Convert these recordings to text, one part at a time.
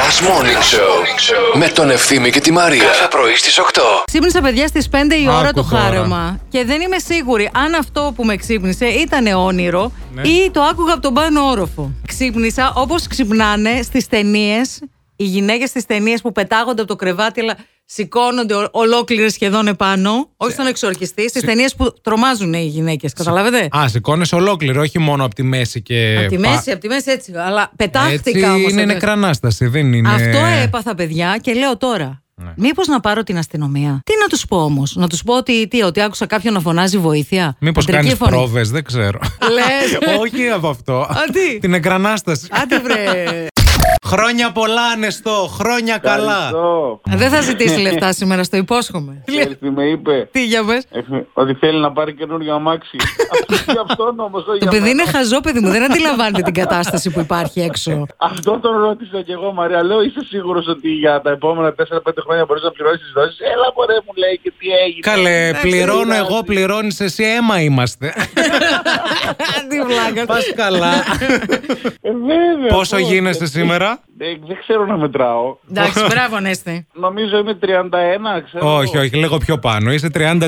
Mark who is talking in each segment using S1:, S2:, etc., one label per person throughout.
S1: Last Morning Show με τον Ευθύμη και τη Μαρία. Κάθε πρωί στις 8.
S2: Ξύπνησα παιδιά στις 5 η ώρα
S3: Άκου
S2: το
S3: τώρα.
S2: χάραμα. Και δεν είμαι σίγουρη αν αυτό που με ξύπνησε ήταν όνειρο
S3: Ναι.
S2: ή το άκουγα από τον πάνω όροφο. Ξύπνησα όπως ξυπνάνε στις ταινίες. Οι γυναίκες στις ταινίες που πετάγονται από το κρεβάτι, αλλά σηκώνονται ολόκληρες σχεδόν επάνω. Όχι στον εξορκιστή, στις ταινίες που τρομάζουν οι γυναίκες. Καταλάβατε.
S3: Α, σηκώνε ολόκληρο, όχι μόνο από τη μέση και.
S2: Απ' τη
S3: πα-
S2: μέση, από τη μέση έτσι. Αλλά
S3: Έτσι
S2: πετάχτηκα όμως.
S3: είναι νεκρά ανάσταση, δεν είναι.
S2: Αυτό έπαθα, παιδιά, και λέω τώρα.
S3: Ναι.
S2: Μήπως να πάρω την αστυνομία. Τι να τους πω όμως, Να τους πω ότι, τι, ότι άκουσα κάποιον να φωνάζει βοήθεια.
S3: Μήπως
S2: Αντρική
S3: κάνεις
S2: φωνή.
S3: πρόβες, δεν ξέρω.
S2: Λες.
S3: όχι από αυτό.
S2: τι?
S3: Την εκρανάσταση.
S2: Άντε βρε.
S3: Χρόνια πολλά, Ανεστό. Χρόνια καλά.
S4: Ευχαριστώ.
S2: Δεν θα ζητήσει λεφτά σήμερα, στο υπόσχομαι.
S4: Ξέρεις τι με είπε.
S2: τι για πες.
S4: Ε, Ότι θέλει να πάρει καινούριο αμάξι. Αυτό για αυτόν όμως,
S2: Το
S4: όχι για
S2: παιδί
S4: μένα.
S2: είναι χαζό, παιδί μου. Δεν αντιλαμβάνεται την κατάσταση που υπάρχει έξω.
S4: Αυτό τον ρώτησα και εγώ, Μαρία. Λέω, είσαι σίγουρος ότι για τα επόμενα 4-5 χρόνια μπορείς να πληρώσεις τις δόσεις. Έλα, μωρέ, μου λέει και τι έγινε.
S3: Καλέ, πληρώνω
S4: εντάξει.
S3: εγώ, πληρώνεις εσύ, αίμα είμαστε.
S2: Τι βλάκα.
S3: Πας καλά.
S4: Ε, βέβαια.
S3: Πόσο
S4: πώς.
S3: γίνεσαι σήμερα,
S4: Ε, δεν ξέρω να μετράω.
S2: Εντάξει, μπράβο, Νέστη.
S4: Νομίζω είμαι 31, ξέρω.
S3: Όχι, όχι, λίγο πιο πάνω. Είσαι 33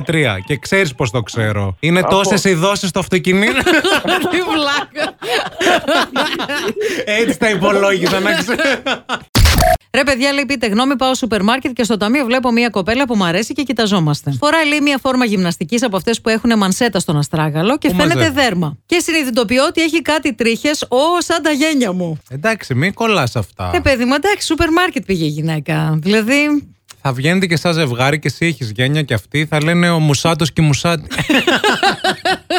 S3: και ξέρεις πώς το ξέρω. Είναι
S4: Από-
S3: τόσες οι δόσεις στο αυτοκίνητο.
S2: Τι βλάκα.
S3: Έτσι τα υπολόγιζα, να ξέρω.
S2: Ρε, παιδιά, λέει πείτε γνώμη, πάω σούπερ μάρκετ και στο ταμείο βλέπω μία κοπέλα που μου αρέσει και κοιταζόμαστε. Φοράει λέει μία φόρμα γυμναστικής από αυτές που έχουν μανσέτα στον αστράγαλο και
S3: Πού
S2: φαίνεται
S3: μαζεύει.
S2: δέρμα. Και συνειδητοποιώ ότι έχει κάτι τρίχες, ω σαν τα γένια μου.
S3: Εντάξει, μην κολλάς αυτά.
S2: Ε, παιδί μου, εντάξει, σούπερ μάρκετ πήγε η γυναίκα. Δηλαδή.
S3: Θα βγαίνετε και σαν ζευγάρι και εσύ έχεις γένεια και αυτοί θα λένε ο Μουσάτος και η Μουσάτη.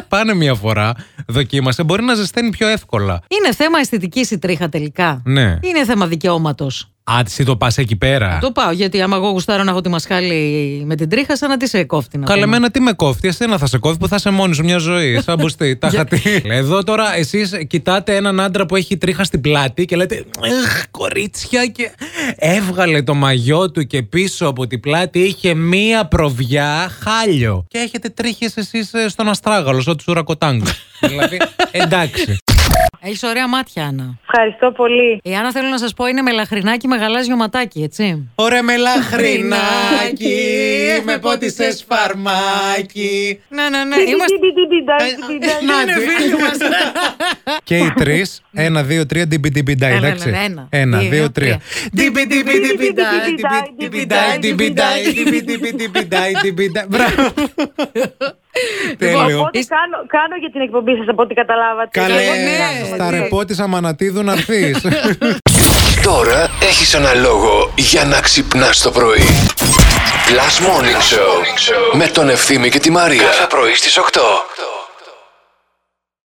S3: Πάνε μια φορά, δοκίμασε. Μπορεί να ζεσταίνει πιο εύκολα.
S2: Είναι θέμα αισθητικής η τρίχα τελικά.
S3: Ναι.
S2: Είναι θέμα δικαιώματος.
S3: Α, εσύ το πας εκεί πέρα.
S2: Ε, Το πάω, γιατί άμα εγώ γουστάρω να έχω τη μασχάλη με την τρίχα, σαν να τη σε κόφτη. να πούμε.
S3: Καλεμένα τι με κόφτει, εσένα θα σε κόβει που θα είσαι μόνη σου μια ζωή. Σαν μπουστή, τα χατή. Εδώ τώρα εσείς κοιτάτε έναν άντρα που έχει τρίχα στην πλάτη και λέτε Εχ, κορίτσια. Και έβγαλε το μαγιό του και πίσω από την πλάτη είχε μία προβιά χάλιο. Και έχετε τρίχες εσείς στον αστράγαλο, σαν τους ουρακοτάγκους. δηλαδή, εντάξει.
S2: Έχεις ωραία μάτια, Άννα.
S5: Ευχαριστώ πολύ.
S2: Η Άννα θέλω να σας πω είναι με λαχρινάκι με γαλάζιο ματάκι, έτσι.
S3: Ωραία με λαχρινάκι, με πότισες φαρμάκι.
S2: Ναι, ναι, ναι. Είμαστε.
S5: Τι, τι, τι, τι, τι, τι.
S3: Ναι, Και οι τρεις. Ένα, δύο, τρία. Ντιμπιντιμπιντάι,
S2: Έλα,
S3: εντάξει.
S2: έλα, ένα,
S3: Ένα,
S2: δύο, τρία.
S3: δύο, τρία. Ντιμπιντιμπιντιμπιντάι, ντιμπιντιμπιντάι, ντιμπιντάι, ντιμπιντιμπιντάι, ντιμπιντάι. Μπράβο. Τέλειο.
S5: Οπότε κάνω, κάνω για την εκπομπή σας από ό,τι καταλάβατε.
S3: Καλέ,
S5: Εγώ μοιράζομαι,
S3: στα
S5: ναι.
S3: ρεπό της Αμανατίδου να έρθεις.
S1: Τώρα έχεις ένα λόγο για να ξυπνάς το πρωί. Last Morning Show με τον Ευθύμη και τη Μαρία. Κάθε πρωί στις 8.